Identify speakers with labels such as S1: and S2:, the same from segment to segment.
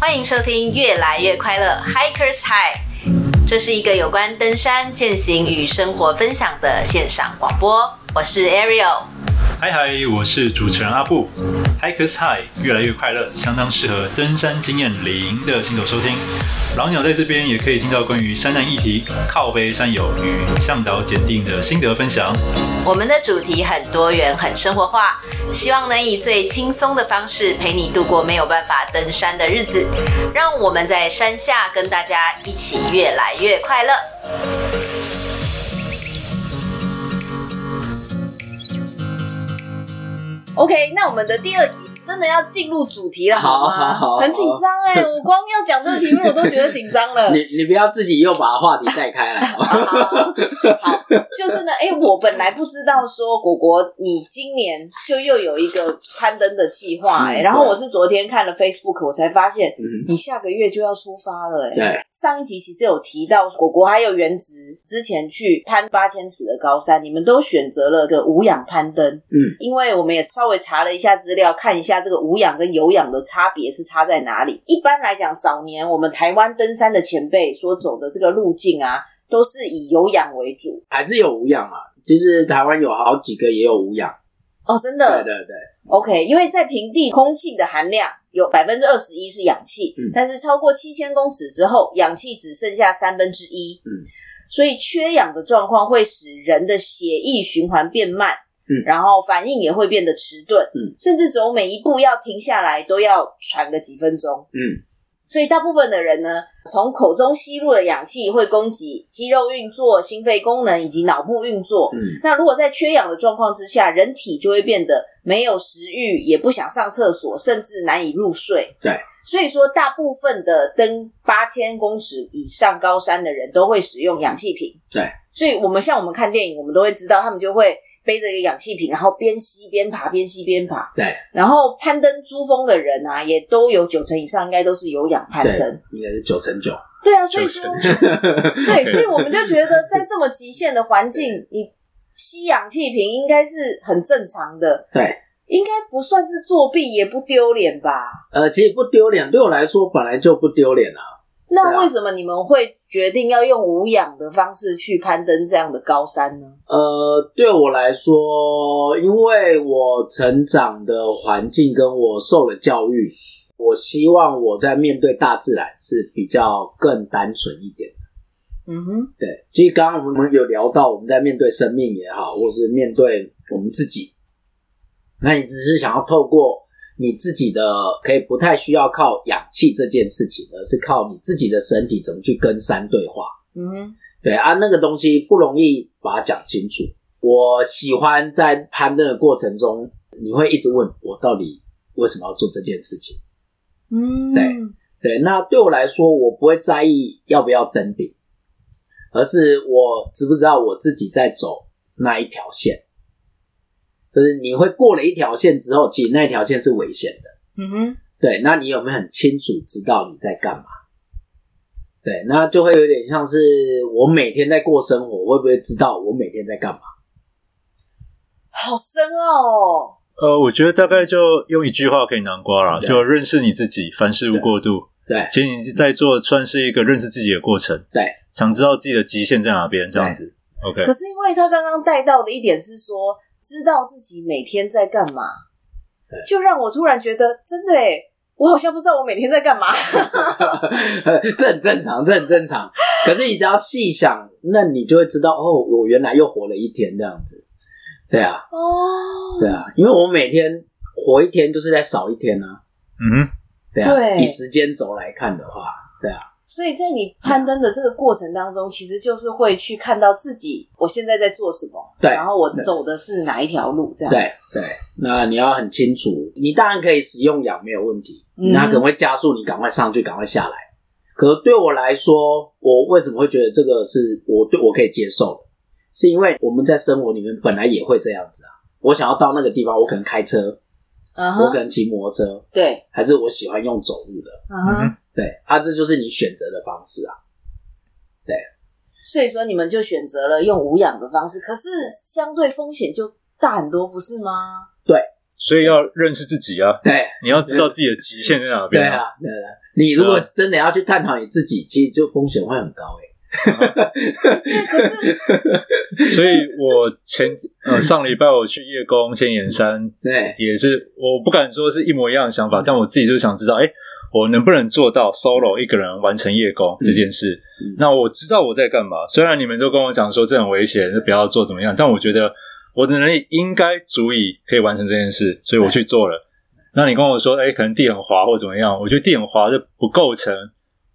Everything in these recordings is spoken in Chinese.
S1: 欢迎收听《越来越快乐 Hikers High》，这是一个有关登山、践行与生活分享的线上广播。我是 Ariel，
S2: 嗨嗨，我是主持人阿布。Hikers High 越来越快乐，相当适合登山经验零的新手收听。老鸟在这边也可以听到关于山难议题、靠背山友与向导检定的心得分享。
S1: 我们的主题很多元、很生活化，希望能以最轻松的方式陪你度过没有办法登山的日子。让我们在山下跟大家一起越来越快乐。
S3: OK，那我们的第二集真的要进入主题了，
S4: 好
S3: 吗？
S4: 好好好
S3: 很紧张 哎，我光要讲这个题目我都觉得紧张了。
S4: 你你不要自己又把话题带开来 哦。
S3: 好， 好就是呢，哎、我本来不知道说果果你今年就又有一个攀登的计划哎，
S4: 嗯
S3: 然后
S4: 对
S3: 我是昨天看了 Facebook，我才发现
S4: 嗯，
S3: 你下个月就要出发了哎。
S4: 对，
S3: 上一集其实有提到果果还有原植之前去攀八千尺的高山，你们都选择了个无氧攀登。
S4: 嗯，
S3: 因为我们也稍微查了一下资料，看一下这个无氧跟有氧的差别是差在哪里。一般来讲，早年我们台湾登山的前辈所走的这个路径啊，都是以有氧为主。
S4: 还是有无氧嘛。其实台湾有好几个也有无氧，
S3: 哦，真
S4: 对
S3: 的
S4: 对对，
S3: ，OK，因为在平地空气的含量有百分之二十一是氧气，
S4: 嗯
S3: 但是超过七千公尺之后，氧气只剩下三分之一，
S4: 嗯，
S3: 所以缺氧的状况会使人的血液循环变慢，
S4: 嗯
S3: 然后反应也会变得迟钝，
S4: 嗯，
S3: 甚至走每一步要停下来都要喘个几分钟，
S4: 嗯
S3: 所以大部分的人呢，从口中吸入的氧气会供给肌肉运作、心肺功能以及脑部运作，
S4: 嗯
S3: 那如果在缺氧的状况之下，人体就会变得没有食欲，也不想上厕所，甚至难以入睡。
S4: 对，
S3: 所以说大部分的登八千公尺以上高山的人都会使用氧气瓶。
S4: 对，
S3: 所以我们像我们看电影，我们都会知道他们就会背着一个氧气瓶，然后边吸边爬，边吸边爬。
S4: 对，
S3: 然后攀登珠峰的人啊，也都有九成以上应该都是有氧攀
S4: 对
S3: 登。，
S4: 应该是九成九。
S3: 对啊，所以说对，所以我们就觉得在这么极限的环境，你吸氧气瓶应该是很正常的，
S4: 对，
S3: 应该不算是作弊，也不丢脸吧？
S4: 呃，其实不丢脸，对我来说本来就不丢脸啊。对
S3: 那
S4: 啊
S3: 为什么你们会决定要用无氧的方式去攀登这样的高山呢？
S4: 呃，对我来说，因为我成长的环境跟我受了教育，我希望我在面对大自然是比较更单纯一点。
S3: 嗯哼，
S4: 对，其实刚刚我们有聊到，我们在面对生命也好，或是面对我们自己，那你只是想要透过你自己的，可以不太需要靠氧气这件事情，而是靠你自己的身体怎么去跟山对话。
S3: 嗯哼，
S4: 对啊，那个东西不容易把它讲清楚。我喜欢在攀登的过程中，你会一直问我到底为什么要做这件事情。
S3: 嗯，
S4: 对对，那对我来说，我不会在意要不要登顶，而是我知不知道我自己在走那一条线。就是你会过了一条线之后，其实那一条线是危险的。
S3: 嗯哼，
S4: 对，那你有没有很清楚知道你在干嘛？对，那就会有点像是我每天在过生活，我会不会知道我每天在干嘛？
S3: 好深奥哦。
S2: 呃，我觉得大概就用一句话可以囊括了，
S4: 对
S2: 就认识你自己，凡事无过度。
S4: 对
S2: 其实你在做算是一个认识自己的过程，
S4: 对，
S2: 想知道自己的极限在哪边，这样子。OK，
S3: 可是因为他刚刚带到的一点是说，知道自己每天在干嘛，就让我突然觉得，真的诶我好像不知道我每天在干嘛。
S4: 这很正常，这很正常。可是你只要细想，那你就会知道哦，我原来又活了一天这样子。对啊，
S3: 哦，
S4: 对啊，因为我每天活一天就是在少一天啊。
S2: 嗯哼，
S4: 对啊，
S3: 对
S4: 以时间轴来看的话，对啊，
S3: 所以在你攀登的这个过程当中，其实就是会去看到自己我现在在做什么，
S4: 对
S3: 然后我走的是哪一条路，这样
S4: 对
S3: 子。
S4: 对。那你要很清楚，你当然可以使用氧没有问题，
S3: 嗯
S4: 那可能会加速你赶快上去，赶快下来。可对我来说，我为什么会觉得这个是我对我可以接受的？是因为我们在生活里面本来也会这样子啊。我想要到那个地方，我可能开车，
S3: 嗯
S4: 我可
S3: 哼，
S4: 能骑摩托车，
S3: 对，
S4: 还是我喜欢用走路的。
S3: 嗯哼。
S4: 对啊，这就是你选择的方式啊。
S3: 所以说你们就选择了用无氧的方式，可是相对风险就大很多，不是吗？
S4: 对，
S2: 所以要认识自己啊，
S4: 对
S2: 你要知道自己的极限在哪
S4: 对
S2: 边
S4: 啊，对啊。你如果真的要去探讨你自己，其实就风险会很高欸诶、
S2: 所以我前呃上礼拜我去夜宫千眼山，
S4: 对，
S2: 也是我不敢说是一模一样的想法，但我自己就想知道，哎、我能不能做到 solo 一个人完成夜攻这件事？
S4: 嗯
S2: 那我知道我在干嘛。虽然你们都跟我讲说这很危险，就不要做怎么样，但我觉得我的能力应该足以可以完成这件事，所以我去做了。那你跟我说，哎、可能地很滑或怎么样？我觉得地很滑这不构成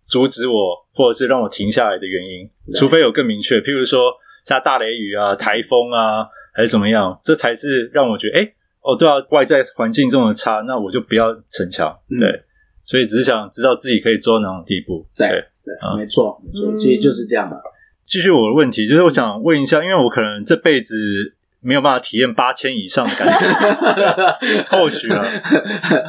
S2: 阻止我或者是让我停下来的原因，
S4: 对
S2: 除非有更明确，譬如说下大雷雨啊、台风啊，还是怎么样，这才是让我觉得，哎、哦，对啊，外在环境这么差，那我就不要逞强，
S4: 嗯
S2: 对。所以只是想知道自己可以做到哪种地步。
S4: 对啊对，
S2: 嗯
S4: 没错，没错，
S3: 嗯
S4: 其实就是这样嘛。
S2: 继续我的问题，就是我想问一下，因为我可能这辈子没有办法体验八千以上的感 觉，对或许啊，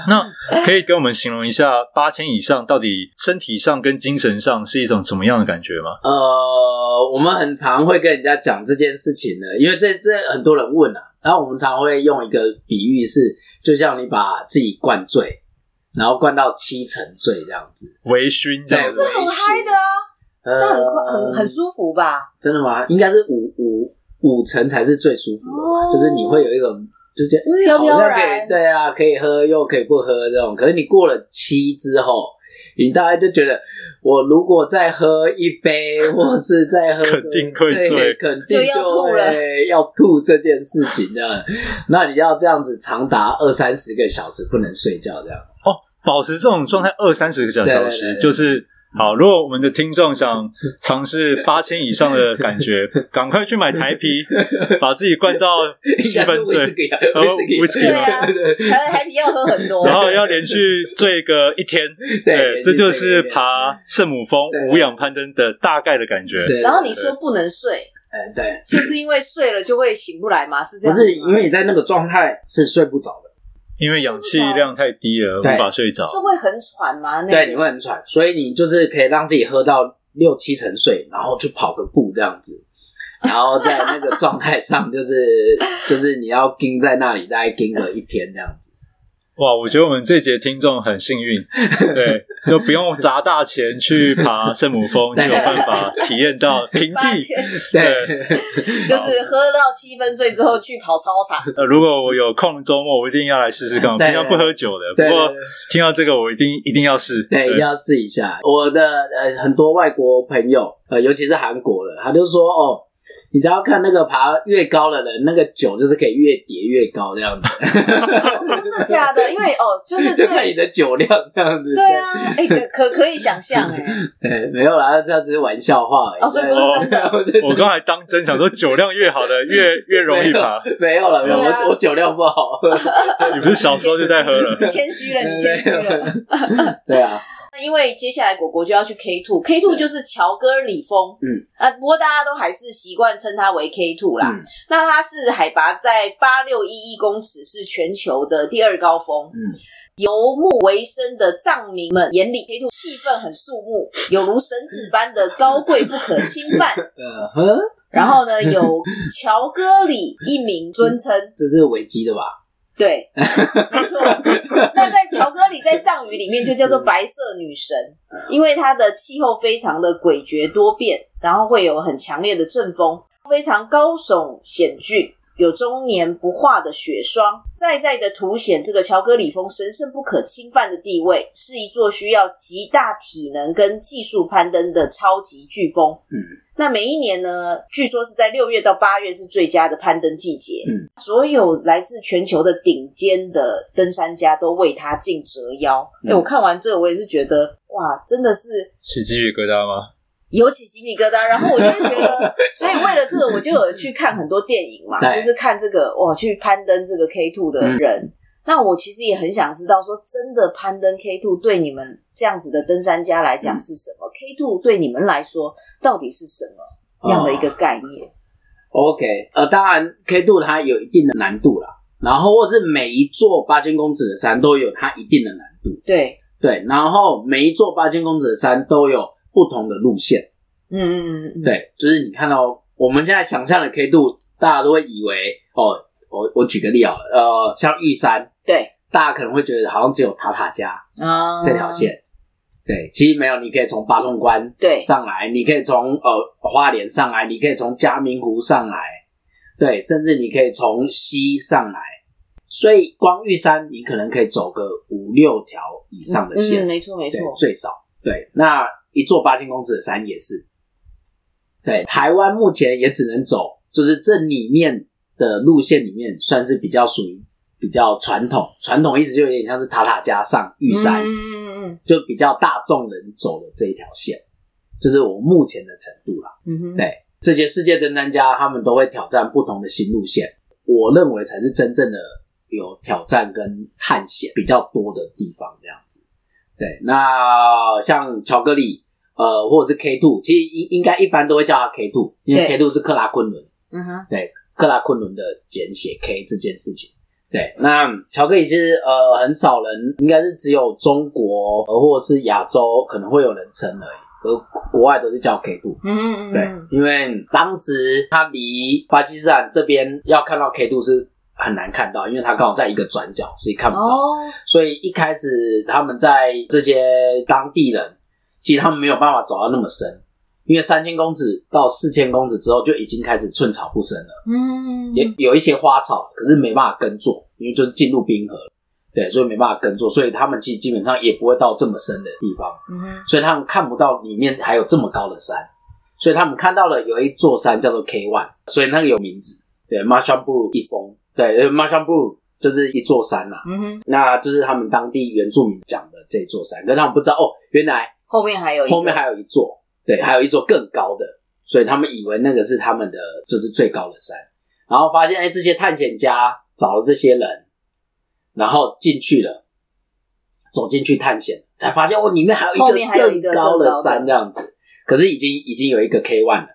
S2: 那可以跟我们形容一下八千以上到底身体上跟精神上是一种什么样的感觉吗？
S4: 呃，我们很常会跟人家讲这件事情的，因为这这很多人问啊，然后我们常会用一个比喻是，就像你把自己灌醉，然后灌到七成醉这样子，
S2: 微醺这样子
S4: 对，
S3: 很嗨的啊，
S4: 呃
S3: 那很快很很舒服吧？
S4: 真的吗？应该是五五五成才是最舒服的
S3: 哦
S4: 吧，呃就是你会有一种就觉得哎
S3: 飘哦飘
S4: 好像可以
S3: 然
S4: 对啊，可以喝又可以不喝这种。可是你过了七之后，你大概就觉得，我如果再喝一杯，或是再喝，
S2: 肯定会醉
S4: 对肯定
S3: 就要吐了
S4: 会要吐这件事情的。那你要这样子长达二三十个小时不能睡 觉这样。
S2: 保持这种状态二三十个小小
S4: 对对
S2: 时，
S4: 对
S2: 就是好。如果我们的听众想尝试八千以上的感 觉，赶快去买台啤，把自己灌到七 分
S4: 应该是威
S2: 醉，
S4: 士忌啊，
S2: 哦
S4: 威士忌
S2: 威士忌
S3: 啊
S4: 对对对
S3: 台湾 happy 要喝很多，
S2: 然后要连续醉个一天。
S4: 对，
S2: 这就
S4: 这
S2: 是
S4: 个
S2: 爬圣母峰
S4: 对
S2: 无氧攀登的大概的感觉。
S4: 对
S3: 然后你说不能睡，
S4: 哎对。
S3: 就是因为睡了就会醒不来嘛？是这
S4: 不
S3: 样子吗？
S4: 是因为你在那个状态是睡不着的，
S2: 因为氧气量太低了，无
S4: 对
S2: 法睡着。
S3: 是会很喘吗？那
S4: 对，
S3: 个
S4: 你会很喘，所以你就是可以让自己喝到六七成睡，然后去跑个步这样子，然后在那个状态上，就是 就是你要盯在那里，大概盯个一天这样子。
S2: 哇，我觉得我们这节听众很幸 运，对，就不用砸大钱去爬圣母 峰，就
S4: 对
S2: 有办法体验到平
S3: 八
S2: 地。
S3: 千
S4: 对，
S3: 就是
S4: 哦
S3: 喝到七分醉之后去跑操 场，
S2: 呃，如果我有空周末，我一定要来试试看。我
S4: 对
S2: 平常不喝酒的，
S4: 对
S2: 不
S4: 对
S2: 过听到这个，我一定一定要试。
S4: 对，一定要试一下。我的呃很多外国朋友，呃尤其是韩国的，他就说哦，你只要看那个爬越高的人，那个酒就是可以越叠越高这样 子，
S3: 真的假的？因为哦，就是
S4: 就看你
S3: 对
S4: 的酒量这样子。
S3: 对啊，哎、可可可以想象哎、
S4: 对，没有啦，这只是玩笑话而已。
S3: 哦所以不是真 的
S4: 我是
S2: 我刚才当真想说，酒量越 好的越越容易爬。
S4: 没有了，没有，
S3: 对啊
S4: 我我酒量不 好。
S2: 你不是小时候就在喝了？
S3: 你谦虚了，你谦虚了。
S4: 对啊，
S3: 因为接下来果果就要去 K two K two 就是乔戈里峰，
S4: 嗯，
S3: 啊，不过大家都还是习惯称它为 K two 啦。
S4: 嗯
S3: 那它是海拔在八六一一公尺，是全球的第二高峰。
S4: 嗯，
S3: 游牧为生的藏民们眼里，K two 气氛很肃穆，有如神子般的高贵不可侵 犯。
S4: 呃呵，
S3: 然后呢，有乔戈里一名尊称，
S4: 这是维基的吧？
S3: 对，没错。那在乔戈里在藏语里面就叫做白色女神，因为它的气候非常的诡谲多变，然后会有很强烈的阵风，非常高耸险峻，有终年不化的雪霜，再再的凸显这个乔戈里峰神圣不可侵犯的地位，是一座需要极大体能跟技术攀登的超级飓风。
S4: 嗯。
S3: 那每一年呢，据说是在六月到八月是最佳的攀登季节。所有来自全球的顶尖的登山家都为他尽折腰。哎、
S4: 嗯
S3: 我看完这个，我也是觉得哇，真的是
S2: 起鸡皮疙瘩吗？
S3: 有起鸡皮疙瘩。然后我就会觉 得，所以为了这个，我就有去看很多电影嘛，
S4: 对嗯
S3: 就是看这个哇，去攀登这个 K two 的人。那我其实也很想知道，说真的，攀登 K two 对你们这样子的登山家来讲是什
S4: 嗯
S3: 么、k two 对你们来说到底是什么样的一个概
S4: 哦
S3: 念？
S4: OK，呃，当然 K 度它有一定的难度啦，然后或是每一座八千公尺的山都有它一定的难度，
S3: 对，
S4: 对，然后每一座八千公尺的山都有不同的路线，
S3: 嗯嗯嗯嗯，
S4: 对，就是你看到我们现在想象的 K 度，大家都会以为哦，我我举个例好了，呃，像玉山，
S3: 对
S4: 大家可能会觉得好像只有塔塔加
S3: 啊，
S4: 这条线。对，其实没有，你可以从八通关
S3: 对
S4: 上来，你可以从呃花莲上来，你可以从嘉明湖上来，对，甚至你可以从西上来。所以光玉山你可能可以走个五六条以上的线，
S3: 嗯，没错没错
S4: 对，，最少对。那一座八千公尺的山也是，对。台湾目前也只能走，就是这里面的路线里面，算是比较属于比较传统。传统意思就有点像是塔塔加上玉山，
S3: 嗯嗯嗯
S4: 就比较大众人走的这一条线，就是我目前的程度啦。
S3: 嗯哼，
S4: 对这些世界登山家，他们都会挑战不同的新路线，我认为才是真正的有挑战跟探险比较多的地方，这样子。对，那像巧克力，呃，或者是 K two，其实应应该一般都会叫它 K two，因为
S3: 对
S4: K two 是克拉昆仑，
S3: 嗯哼，
S4: 克拉昆仑的简写 K 这件事情。对，那巧克力其实呃很少人，应该是只有中国呃或者是亚洲可能会有人称而已，而国外都是叫 K two。
S3: 嗯嗯嗯，
S4: 对，因为当时它离巴基斯坦这边要看到 K 度是很难看到，因为它刚好在一个转角，所以看不到。
S3: 哦，
S4: 所以一开始他们在这些当地人，其实他们没有办法走到那么深，因为三千公尺到四千公尺之后就已经开始寸草不生了。
S3: 嗯，
S4: 也有一些花草，可是没办法耕作，因为就是进入冰河了，对，所以没办法耕作，所以他们其实基本上也不会到这么深的地方，
S3: 嗯哼，
S4: 所以他们看不到里面还有这么高的山，所以他们看到了有一座山叫做 K One，所以那个有名字，对 m a r s h a m b r u 一峰，对 m a r s h a m b r u 就是一座山啦、
S3: 嗯哼，
S4: 那就是他们当地原住民讲的这座山，可是他们不知道哦，原来
S3: 后面还有一个
S4: 后面还有一座，对，还有一座更高的，所以他们以为那个是他们的就是最高的山，然后发现哎、这些探险家找了这些人，然后进去了，走进去探险，才发现哦，里面还有
S3: 后面还有一
S4: 一
S3: 个
S4: 个更高
S3: 更高的
S4: 的山这样子，可是已经已经有一个 K one 了，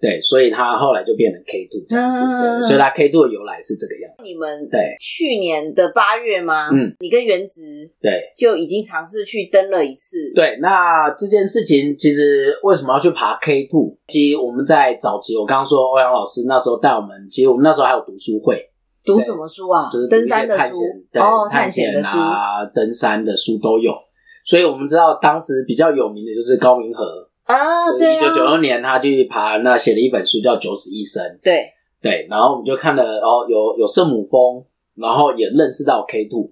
S4: 对，所以他后来就变成 K two 这样子，
S3: 嗯
S4: 对所以他 K two 的由来是这个样子，
S3: 你们
S4: 对
S3: 去年的八月吗？
S4: 嗯，
S3: 你跟原子
S4: 对。
S3: 就已经尝试去登了一次，，
S4: 对，那这件事情其实为什么要去爬 K two？其实我们在早期，我刚刚说欧阳老师那时候带我们，其实我们那时候还有读书会，
S3: 读什么书啊？
S4: 就是读一
S3: 登
S4: 些
S3: 山的
S4: 探
S3: 书
S4: 险，对
S3: 哦，探
S4: 探
S3: 险的书，
S4: 啊、登山的书都有。所以我们知道当时比较有名的就是高明和，
S3: 啊，对
S4: 一九九
S3: 啊，
S4: 二年他去爬那写了一本书叫《九死一生》，
S3: 对，
S4: 对，然后我们就看了哦，有有圣母峰，然后也认识到 K two，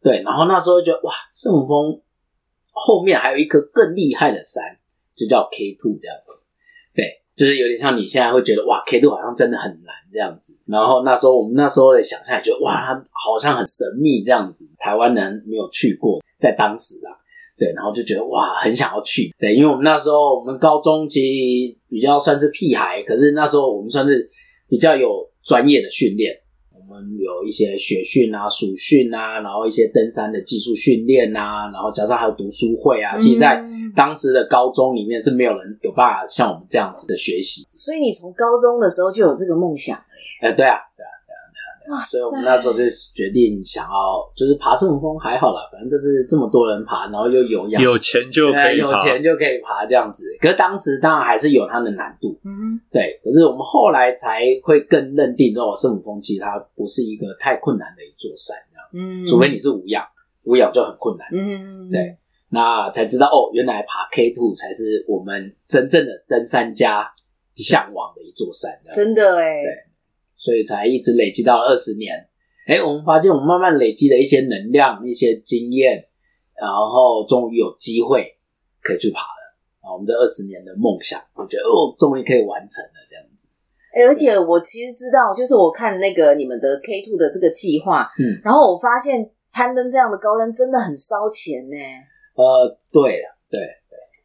S4: 对，然后那时候就觉得哇，圣母峰后面还有一颗更厉害的山，就叫 K two 这样子，对，就是有点像你现在会觉得哇，K two 好像真的很难这样子。然后那时候我们那时候的想象也觉得哇，它好像很神秘这样子，台湾人没有去过，在当时啊，对，然后就觉得哇，很想要去。对，因为我们那时候我们高中其实比较算是屁孩，可是那时候我们算是比较有专业的训练，我们有一些学训啊、暑训啊，然后一些登山的技术训练啊，然后加上还有读书会啊。其实，在
S3: 嗯
S4: 当时的高中里面是没有人有办法像我们这样子的学习。
S3: 所以你从高中的时候就有这个梦想，
S4: 哎、对啊，对啊。
S3: 哇塞，
S4: 所以我们那时候就决定想要，就是爬圣母峰还好啦，反正就是这么多人爬，然后又有氧，
S2: 有钱就可
S4: 对，啊
S2: 以
S4: 有
S2: 爬。
S4: 钱就可以爬这样子。可是当时当然还是有它的难度，
S3: 嗯
S4: 对。可是我们后来才会更认定哦，圣母峰其实它不是一个太困难的一座山，这样
S3: 嗯，
S4: 除非你是无氧，无氧就很困难。
S3: 嗯，嗯，
S4: 对那才知道哦，原来爬 K two 才是我们真正的登山家向往的一座山，这
S3: 真
S4: 样
S3: 的哎，
S4: 对所以才一直累积到二十年。哎，我们发现我们慢慢累积的一些能量、一些经验，然后终于有机会可以去爬了啊！我们这二十年的梦想，我觉得哦，终于可以完成了这样子。
S3: 哎、而且我其实知道，就是我看那个你们的 K two 的这个计划，
S4: 嗯，
S3: 然后我发现攀登这样的高山真的很烧钱呢、
S4: 呃，对了，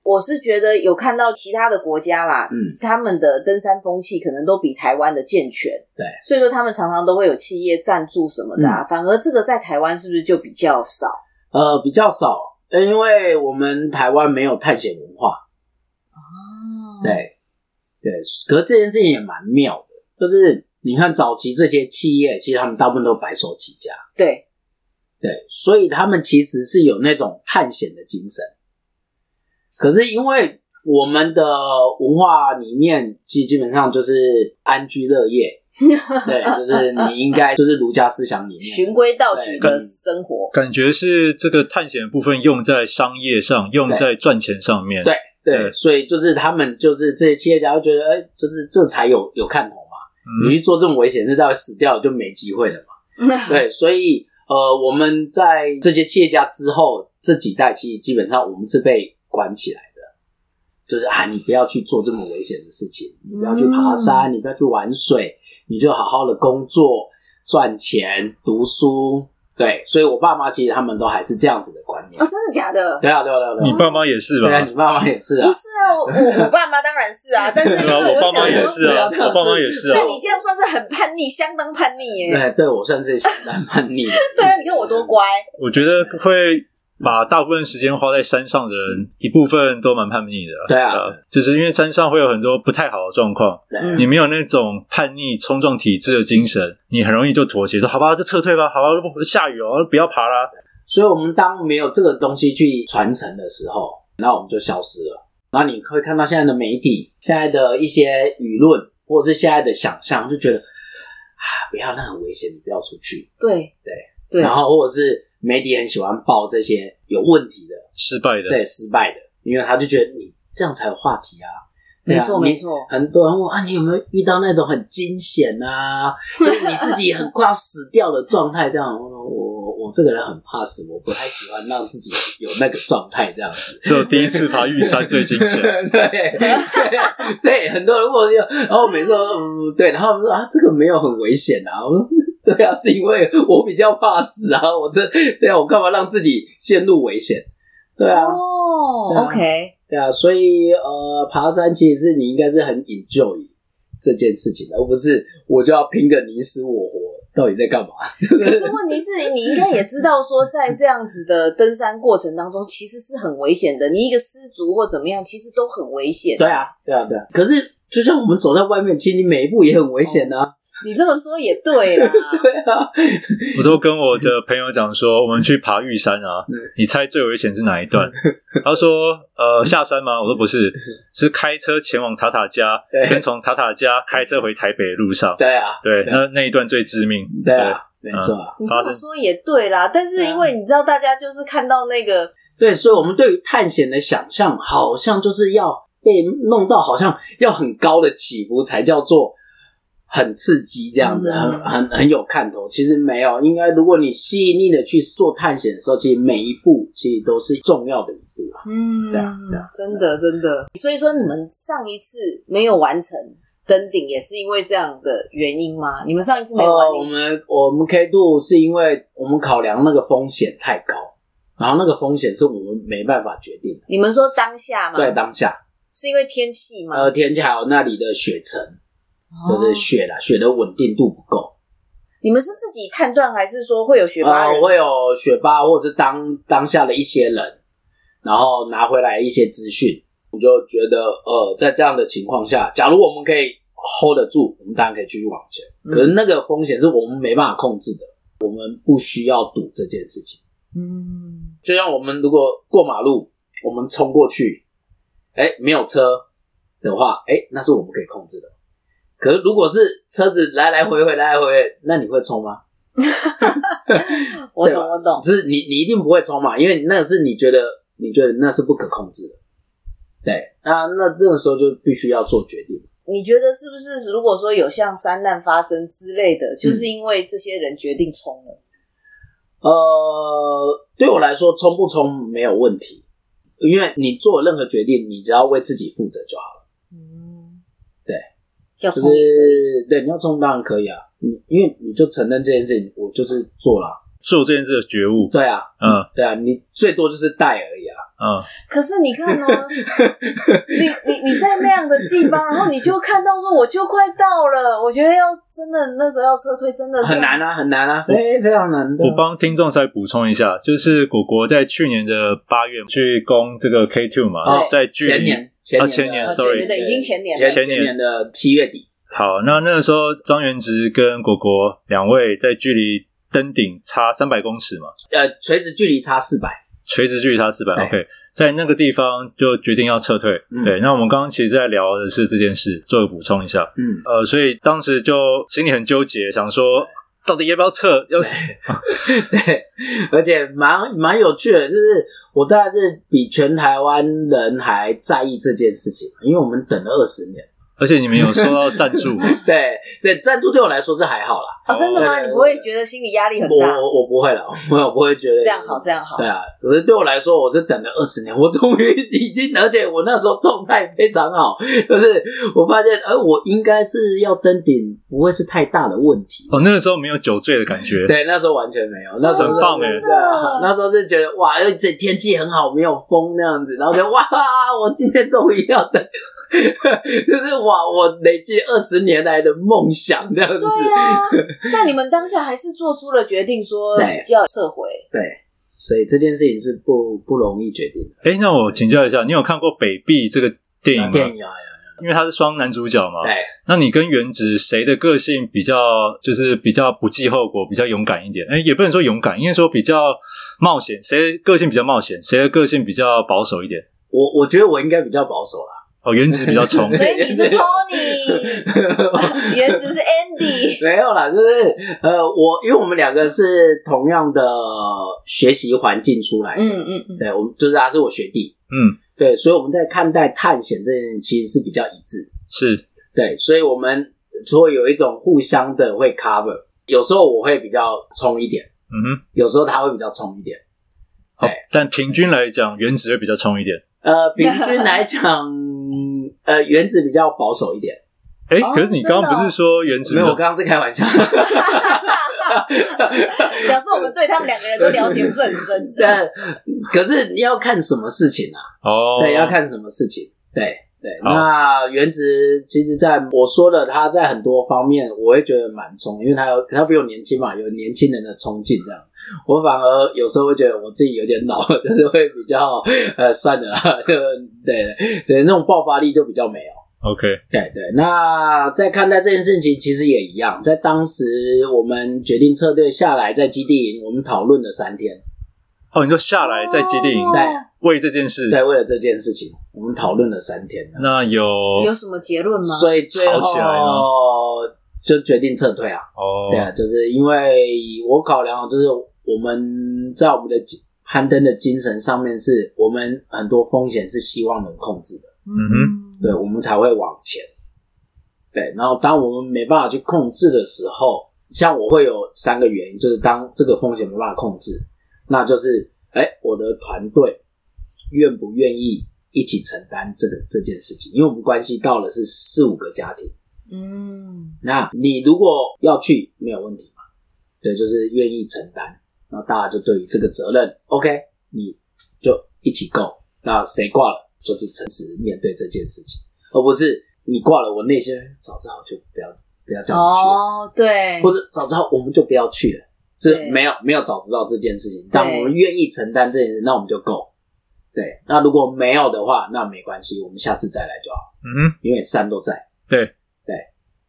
S3: 我是觉得有看到其他的国家啦，
S4: 嗯
S3: 他们的登山风气可能都比台湾的健全，
S4: 对，
S3: 所以说他们常常都会有企业赞助什么的、
S2: 嗯
S3: 啊，反而这个在台湾是不是就比较少？
S4: 呃，比较少，呃因为我们台湾没有探险文化，
S1: 嗯
S4: 对对。可是这件事情也蛮妙的，就是你看早期这些企业，其实他们大部分都白手起家。
S3: 对，
S4: 对，所以他们其实是有那种探险的精神。可是因为我们的文化里面，基基本上就是安居乐业，对，就是你应该就是儒家思
S2: 嗯
S4: 想里面，
S3: 循规蹈矩的生活。
S2: 感觉是这个探险的部分用在商业上，用在赚钱上面。
S4: 对对，
S2: 对
S4: 所以就是他们就是这些企业家会觉得，哎、就是这才有有看头嘛。
S2: 嗯，
S4: 你去做这种危险事，到底死掉就没机会了嘛。 对，所以呃，我们在这些企业家之后这几代，其实基本上我们是被关起来的，就是啊，你不要去做这么危险的事情，你不要去爬山，
S3: 嗯
S4: 你不要去玩水，你就好好的工作、赚钱、读书。对，所以我爸妈其实他们都还是这样子的观念
S3: 哦，。真的假的？
S4: 对啊，对啊，对啊，对
S2: 你
S4: 啊
S2: 爸妈也是吧？
S4: 对啊，你爸妈也是啊
S3: 不，是啊，我我我爸妈当 然是啊，但是因
S2: 对啊，
S3: 为
S2: 我
S3: 想
S2: 爸妈也
S3: 说
S2: 是啊，
S4: 对啊
S2: 我爸妈也是啊
S3: 那。你这样算是很叛逆，相当叛逆耶。
S4: 对，对我算是相当叛 逆的。
S3: 对啊，你看我多乖，
S2: 我觉得会把大部分时间花在山上的人，一部分都蛮叛逆的。
S4: 对啊
S2: 就是因为山上会有很多不太好的状况，
S4: 对
S2: 你没有那种叛逆冲撞体制的精神，你很容易就妥协，说好吧，就撤退吧，好吧，不下雨哦，不要爬啦。
S4: 所以我们当没有这个东西去传承的时候，那我们就消失了。然后你会看到现在的媒体、现在的一些舆论，或者是现在的想象，就觉得啊，不要那很危险，你不要出去。
S3: 对
S4: 对
S3: 对，
S4: 然后或者是媒体很喜欢报这些有问题的、
S2: 失败的，。
S4: 对失败的，因为他就觉得你这样才有话题啊。对
S3: 没
S4: 啊
S3: 错
S4: 你
S3: 没错，
S4: 很多人问我啊，你有没有遇到那种很惊险 啊，就是你自己很快要死掉的状态这样？我我我这个人很怕死，我不太喜欢让自己有那个状态这样子
S2: 只有第一次爬玉山最惊险。
S4: 对对对，很多人问我就，然后我每次都说嗯对，然后他们说啊这个没有很危险啊，我说 对啊，是因为我比较怕死啊，我这对啊，我干嘛让自己陷入危险？对啊，对啊
S3: 哦，OK，
S4: 对啊，所以呃，爬山其实是你应该是很 enjoy 这件事情的，而不是我就要拼个你死我活，到底在干嘛？
S3: 可是问题是你应该也知道说，在这样子的登山过程当中，其实是很危险的。你一个失足或怎么样，其实都很危险。
S4: 对啊，对啊，对啊。可是就像我们走在外面，其实你每一步也很危险啊。
S3: 你这么说也对 啦，
S4: 对啊，
S2: 我都跟我的朋友讲说，我们去爬玉山啊，你猜最危险是哪一 段？他说，呃，下山吗？我说不是，是开车前往塔塔加
S4: 对，
S2: 跟从塔塔加开车回台北的路上。
S4: 对啊，
S2: 对，
S4: 对啊
S2: 那那一段最致命。
S4: 对啊，没错啊。
S3: 你这么说也对啦。但是因为你知道，大家就是看到那个，
S4: 对，所以我们对于探险的想象，好像就是要被弄到，好像要很高的起伏才叫做很刺激，这样子，
S3: 嗯
S4: 很很很有看头。其实没有，应该如果你细腻的去做探险的时候，其实每一步其实都是重要的一步啊。
S3: 嗯
S4: 对啊对啊
S3: 真的真的。所以说，你们上一次没有完成登顶，也是因为这样的原因吗？你们上一次没有完
S4: 呃，
S3: 成
S4: 我们我们 K two 是因为我们考量那个风险太高，然后那个风险是我们没办法决定的，
S3: 你们说当下吗？
S4: 在当下，
S3: 是因为天气吗？
S4: 呃，天气还有那里的雪层，
S3: 哦
S4: 就是雪啦，雪的稳定度不够。
S3: 你们是自己判断，还是说会有学霸
S4: 呃
S3: 人？，
S4: 会有学霸或者是当当下的一些人，然后拿回来一些资讯，我就觉得呃，在这样的情况下，假如我们可以 hold 得住，我们当然可以继续往前。
S3: 嗯
S4: 可是那个风险是我们没办法控制的，我们不需要赌这件事情。
S3: 嗯，
S4: 就像我们如果过马路，我们冲过去，哎、没有车的话，哎、那是我们可以控制的。可是如果是车子来来回回来来回回，那你会冲吗？
S3: 我
S4: 对啊
S3: 懂，
S4: 吧
S3: 我懂。
S4: 只是你你一定不会冲嘛，因为那是你觉得你觉得那是不可控制的。对，那那这个时候就必须要做决定。
S3: 你觉得是不是？如果说有像山难发生之类
S4: 嗯
S3: 的，就是因为这些人决定冲了。
S4: 呃，对我来说，冲不冲没有问题，因为你做任何决定，你只要为自己负责就好了。
S3: 嗯，
S4: 对，
S3: 要
S4: 就
S3: 啊冲。
S4: 是对，你要冲当然可以啊，你因为你就承认这件事情，我就是做了啊。
S2: 做这件事的觉悟，
S4: 对啊，
S2: 嗯
S4: 对啊，你最多就是带而已啊。
S2: 嗯，
S3: 可是你看 哦，你你你在那样的地方，然后你就看到说我就快到了，我觉得要真的那时候要撤退真的是哎
S4: 很难啊，很难啊，非非常难的。
S2: 我帮听众再补充一下，就是果果在去年的八月去攻这个 K two 嘛，
S4: 哦
S2: 在距离
S4: 前年，前
S2: 啊
S4: 年的，
S2: 前年
S3: 啊
S2: ，sorry
S3: 前年的已经前年了
S4: 前
S2: 前年
S4: 前年的七月底，
S2: 好，那那个时候张元直跟果果两位在距离登顶差三百公尺嘛，
S4: 呃，垂直距离差四百，
S2: 垂直距离差四百
S4: 对
S2: ，OK。在那个地方就决定要撤退。
S4: 嗯
S2: 对，那我们刚刚其实在聊的是这件事，做个补充一下。
S4: 嗯，
S2: 呃，所以当时就心里很纠结，想说到底要不要撤？要
S4: 对，而且蛮蛮有趣的，就是我大概是比全台湾人还在意这件事情，因为我们等了二十年。
S2: 而且你们有收到赞助 吗？
S4: 对，所以赞助对我来说是还好啦，
S3: 哦，真的
S4: 对
S3: 吗？
S4: 对
S3: 你不会觉得心理压力很
S4: 我
S3: 大？
S4: 我我不会啦，我我不会觉得
S3: 这样好，。这样好
S4: 对。啊，可是对我来说，我是等了二十年，我终于已经，而且我那时候状态非常好，就是我发现，呃，我应该是要登顶，不会是太大的问题。
S2: 哦，那个时候没有酒醉的感觉。
S4: 对，那时候完全没有，那时候
S2: 很棒
S4: 是
S2: 哎
S4: 对啊， 那时候是觉得哇，因为这天气很好，没有风那样子，然后就哇，我今天终于要的， 就是哇，我累积二十年来的梦想这样子。
S3: 对 呀、那你们当下还是做出了决定，说
S4: 对
S3: 要撤 回。
S4: 对，所以这件事情是不不容易决定的。
S2: 哎，那我请教一下，你有看过《北壁》这个电影吗？啊
S4: 电影啊，
S2: 因为它是双男主角嘛。
S4: 对，
S2: 那你跟原子谁的个性比较，就是比较不计后果，比较勇敢一点？哎，也不能说勇敢，应该说比较冒险。谁的个性比较冒险？谁的个性比较保守一点？
S4: 我我觉得我应该比较保守啦。
S2: 哦，原子比较冲
S4: 对
S3: 所以你是 Tony，原 子是 Andy。
S4: 没有啦，就是呃，我因为我们两个是同样的学习环境出来的，
S3: 嗯嗯嗯，
S4: 对，我们就是他是我学弟，
S2: 嗯，
S4: 对，所以我们在看待探险这件事情其实是比较一致，
S2: 是
S4: 对，所以我们就会有一种互相的会 cover，有时候我会比较冲一点，
S2: 嗯哼。
S4: 有时候他会比较冲一点，
S2: 好
S4: 对，
S2: 但平均来讲，原子会比较冲一点。
S4: 呃，平均来讲，呃，原子比较保守一点，
S2: 哎，
S3: 哦
S2: 可是你刚
S3: 真的
S2: 刚
S3: 哦
S2: 不是说原子
S4: 没
S2: 比较
S4: 有，我刚刚是开玩笑，
S3: 表示我们对他们两个人都了解不是很深。
S4: 但可是你要看什么事情啊？
S2: 哦，
S4: 对，要看什么事情。对对，
S2: 好
S4: 那原子其实在我说的，他在很多方面我会觉得蛮冲，因为他有他比我年轻嘛，有年轻人的冲劲这样。我反而有时候会觉得我自己有点老， 就是会比较呃算了 啦，就对对，那种爆发力就比较没有。
S2: OK，
S4: 对对，那在看待这件事情，其实也一样。在当时我们决定撤退下来，在基地营我们讨论了三天，
S2: 哦，你就下来在基地营
S3: 哦
S4: 对
S2: 为这件事，
S4: 对，为了这件事情，我们讨论了三天。
S2: 那有
S3: 有什么结论吗？
S4: 所以最
S2: 吵起来吗
S4: 后就决定撤退啊。
S2: 哦，
S4: 对啊，就是因为我考量，就是我们在我们的精攀登的精神上面是，我们很多风险是希望能控制的，
S2: 嗯
S4: 对我们才会往前。对，然后当我们没办法去控制的时候，像我会有三个原因，就是当这个风险没办法控制，那就是哎，我的团队愿不愿意一起承担这个这件事情？因为我们关系到了是四五个家庭。
S3: 嗯，
S4: 那你如果要去，没有问题嘛？对，就是愿意承担，那大家就对于这个责任，OK，你就一起 go。那谁挂了，就是诚实面对这件事情，而不是你挂了，我内心早知道就不要不要叫你去了，
S3: 哦，对，
S4: 或者早知道我们就不要去了，就是
S3: 对
S4: 没有没有早知道这件事情，但
S3: 对
S4: 我们愿意承担这件事，那我们就 go。对，那如果没有的话，那没关系，我们下次再来就好。
S2: 嗯哼，
S4: 因为山都在。
S2: 对
S4: 对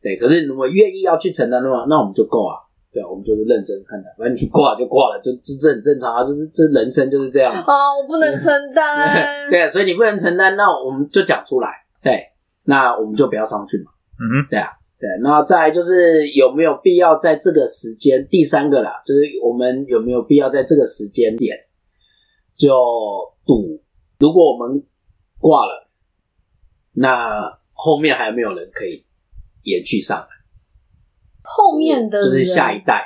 S4: 对，可是如果愿意要去承担的话，那我们就够啊。对啊，我们就是认真看待，反正你挂了就挂了，就这这很正常啊，就是这人生就是这样嘛。
S3: 啊，我不能承担。
S4: 对啊，所以你不能承担，那我们就讲出来。对，那我们就不要上去嘛。
S2: 嗯哼，
S4: 对，那再来就是有没有必要在这个时间？第三个啦，就是我们有没有必要在这个时间点就赌？如果我们挂了，那后面还有没有人可以延续上来？
S3: 后面的人
S4: 就是下一代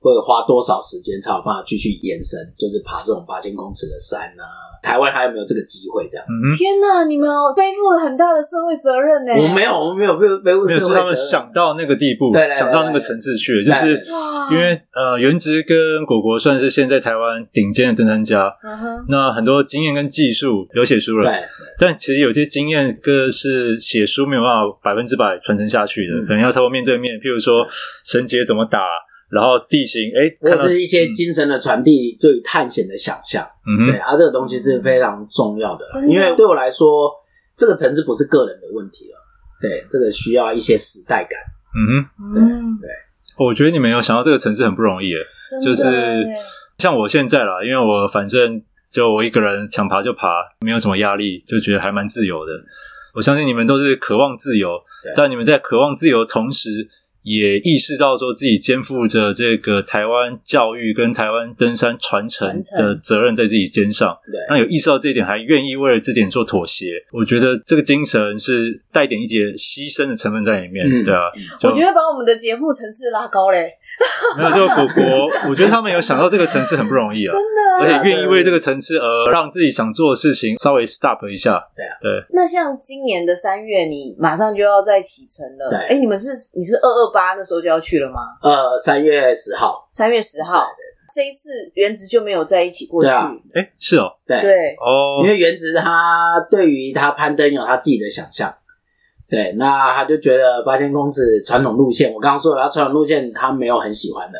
S4: 会花多少时间才有办法继续延伸？就是爬这种八千公尺的山啊，台湾还有没有这个机会？这样，
S2: 嗯哼，
S3: 天哪，你们哦背负了很大的社会责任呢。
S4: 我们没有，我们没有被被误
S2: 没
S4: 社
S2: 有是
S4: 会责
S2: 他们
S4: 任
S2: 想到那个地步
S4: 对对，对
S2: 想到那个层次去了，就是
S4: 对
S3: 哇，
S2: 因为呃，原植跟果果算是现在台湾顶尖的登山家，
S3: 嗯哼
S2: 那很多经验跟技术有写书
S4: 对
S2: 了，但其实有些经验个是写书没有办法百分之百传承下去的，
S4: 嗯
S2: 可能要透过面对面，譬如说绳结怎么打，然后地形，哎，
S4: 或
S2: 看到
S4: 者是一些
S2: 嗯
S4: 精神的传递，对于探险的想象，
S2: 嗯
S4: 对
S2: 哼，
S4: 啊，这个东西是非常重要的
S3: 真，的
S4: 因为对我来说，这个层次不是个人的问题了，对，这个需要一些时代感，
S2: 嗯哼，
S3: 嗯，
S2: 我觉得你们有想到这个层次很不容易耶，
S3: 真的欸
S2: 就是
S3: 耶
S2: 像我现在啦，因为我反正就我一个人想爬就爬，没有什么压力，就觉得还蛮自由的。我相信你们都是渴望自由
S4: 对，
S2: 但你们在渴望自由的同时，也意识到说自己肩负着这个台湾教育跟台湾登山传承
S3: 传承
S2: 的责任在自己肩上。那
S4: 对，
S2: 有意识到这一点，还愿意为了这点做妥协，我觉得这个精神是带一点一点牺牲的成分在里面，
S4: 嗯
S2: 对啊。就
S3: 我觉得把我们的节目层次拉高嘞，
S2: 没有，就果果，我觉得他们有想到这个层次很不容易啊，
S3: 真的啊。
S2: 而且愿意为这个层次而让自己想做的事情稍微 stop 一下。
S3: 那像今年的三月，你马上就要再启程了。
S4: 对
S3: 哎、你们是你是二二八那时候就要去了吗？
S4: 呃，三月十号，
S3: 三月十号，这一次原子就没有在一起过去。
S4: 对啊
S2: 哎，是哦，
S4: 对，
S3: 对
S2: 哦
S4: 因，为原子他对于他攀登有他自己的想象，对，那他就觉得八千公尺传统路线，我刚刚说了，他传统路线他没有很喜欢的，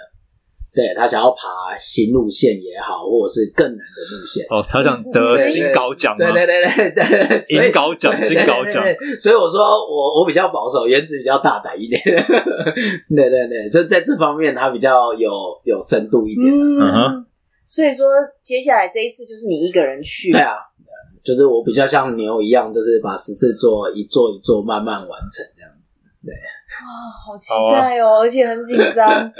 S4: 对他想要爬新路线也好，或者是更难的路线，
S2: 哦，他想得金稿奖吗
S4: 对？对对对对对，所以
S2: 啊银稿奖
S4: 对
S2: 金稿奖
S4: 对对对所以我说我我比较保守，原子比较大胆一点。 对对对，就在这方面他比较有有深度一点。
S2: 嗯
S3: 嗯
S2: 哼，
S3: 所以说接下来这一次就是你一个人去。
S4: 对啊，就是我比较像牛一样，就是把十四座一座一座慢慢完成这样子。
S3: 哇，啊好期待
S4: 啊
S3: 哦，而且很紧 张。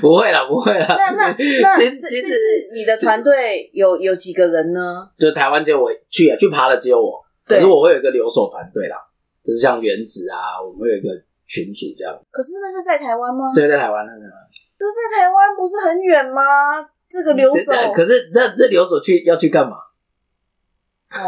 S4: 不会啦，不会啦。
S3: 那那那
S4: 其
S3: 这
S4: 实
S3: 这
S4: 其实
S3: 次你的团队有有几个人呢？
S4: 就台湾只有我去啊，去爬的只有我，可
S3: 对
S4: 是我会有一个留守团队啦，就是像原子啊，我们会有一个群主这样。
S3: 可是那是在台湾吗？
S4: 对，在台湾，在台湾。
S3: 可是在台湾不是很远吗？这个留守
S4: 对可是那这留守去要去干嘛？
S3: 哦，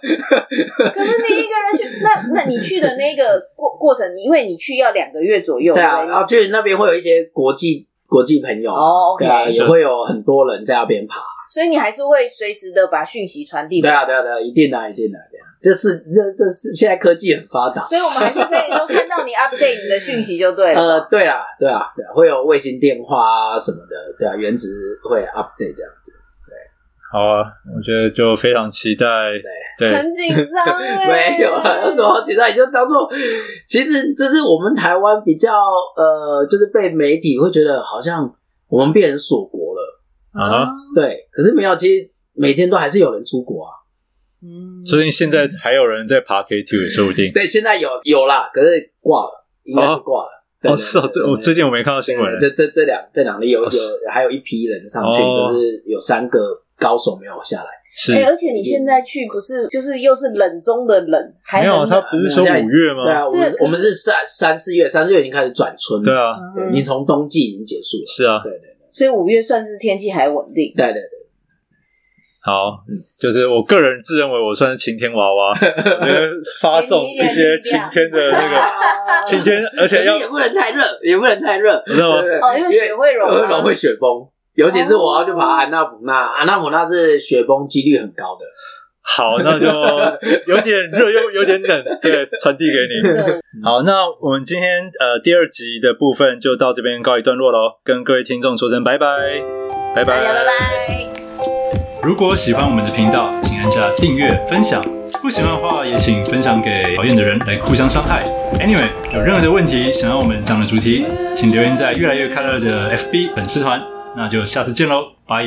S3: 可是你一个人去，那那你去的那个过过程，因为你去要两个月左右，
S4: 对啊，
S3: 不
S4: 然后去那边会有一些国际国际朋友，
S3: 哦，OK
S4: 对啊，也会有很多人在那边爬。
S3: 所以你还是会随时的把讯息传递
S4: 对
S3: 嘛。
S4: 啊，对啊，对啊，一定的啊，一定的啊，对啊。这是这这是现在科技很发达。
S3: 所以我们还是可啊以都看到你 update 你的讯息就对了。
S4: 呃，对啊，对啊，对啊，会有卫星电话啊什么的，对啊，原子会 update 这样子。
S2: 好啊，我觉得就非常期待。对，
S3: 很紧张哎，
S4: 没有啊，有什么好紧张？你就当做，其实这是我们台湾比较呃，就是被媒体会觉得好像我们变成锁国了，
S2: 啊哈，
S4: 对。可是没有，其实每天都还是有人出国啊。
S3: 嗯，
S2: 所以现在还有人在爬 K two，说不定。
S4: 对，现在有有啦，可是挂了，应该是挂了。对
S2: 哦，是哦，最我最近我没看到新闻。
S4: 对这这这两这两例有
S2: 哦是
S4: 有还有一批人上去，
S2: 哦
S4: 可是有三个高手没有下来。
S2: 是
S3: 哎，而且你现在去不是就是又是冷中的冷，还
S2: 没
S3: 很
S2: 有？啊
S3: 冷
S2: 他不是说
S4: 现在
S2: 五月
S4: 对
S2: 吗？
S4: 啊，我们
S3: 对可是
S4: 我们是三三四月，三四月已经开始转春，
S2: 对，啊，
S3: 嗯
S4: 已经从冬季已经结束了。
S2: 是啊。
S4: 对对
S3: 所以五月算是天气还稳定。
S4: 对对对，
S2: 好，就是我个人自认为我算是晴天 娃娃，我觉得发送一些晴天的那个
S3: 啊
S2: 晴天，而
S4: 可
S2: 且要
S4: 是也不能太热， 也不能太热，
S2: 你知道吗？
S4: 对
S3: 哦，因为雪哦会融
S4: 因
S3: 啊，
S4: 为容会雪崩。尤其是我要去爬安纳普纳，安纳普纳是雪崩几率很高的。
S2: 好，那就有点热又有点冷， 对，传递给你。
S3: 对
S2: 好，那我们今天呃第二集的部分就到这边告一段落喽，跟各位听众说声拜拜，拜
S1: 大
S2: 拜
S1: 家拜拜。
S2: 如果喜欢我们的频道，请按下订阅、分享。不喜欢的话，也请分享给讨厌的人来互相伤害。Anyway，有任何的问题想要我们讲的主题，请留言在越来越快乐的 FB 粉丝团。那就下次见喽，拜。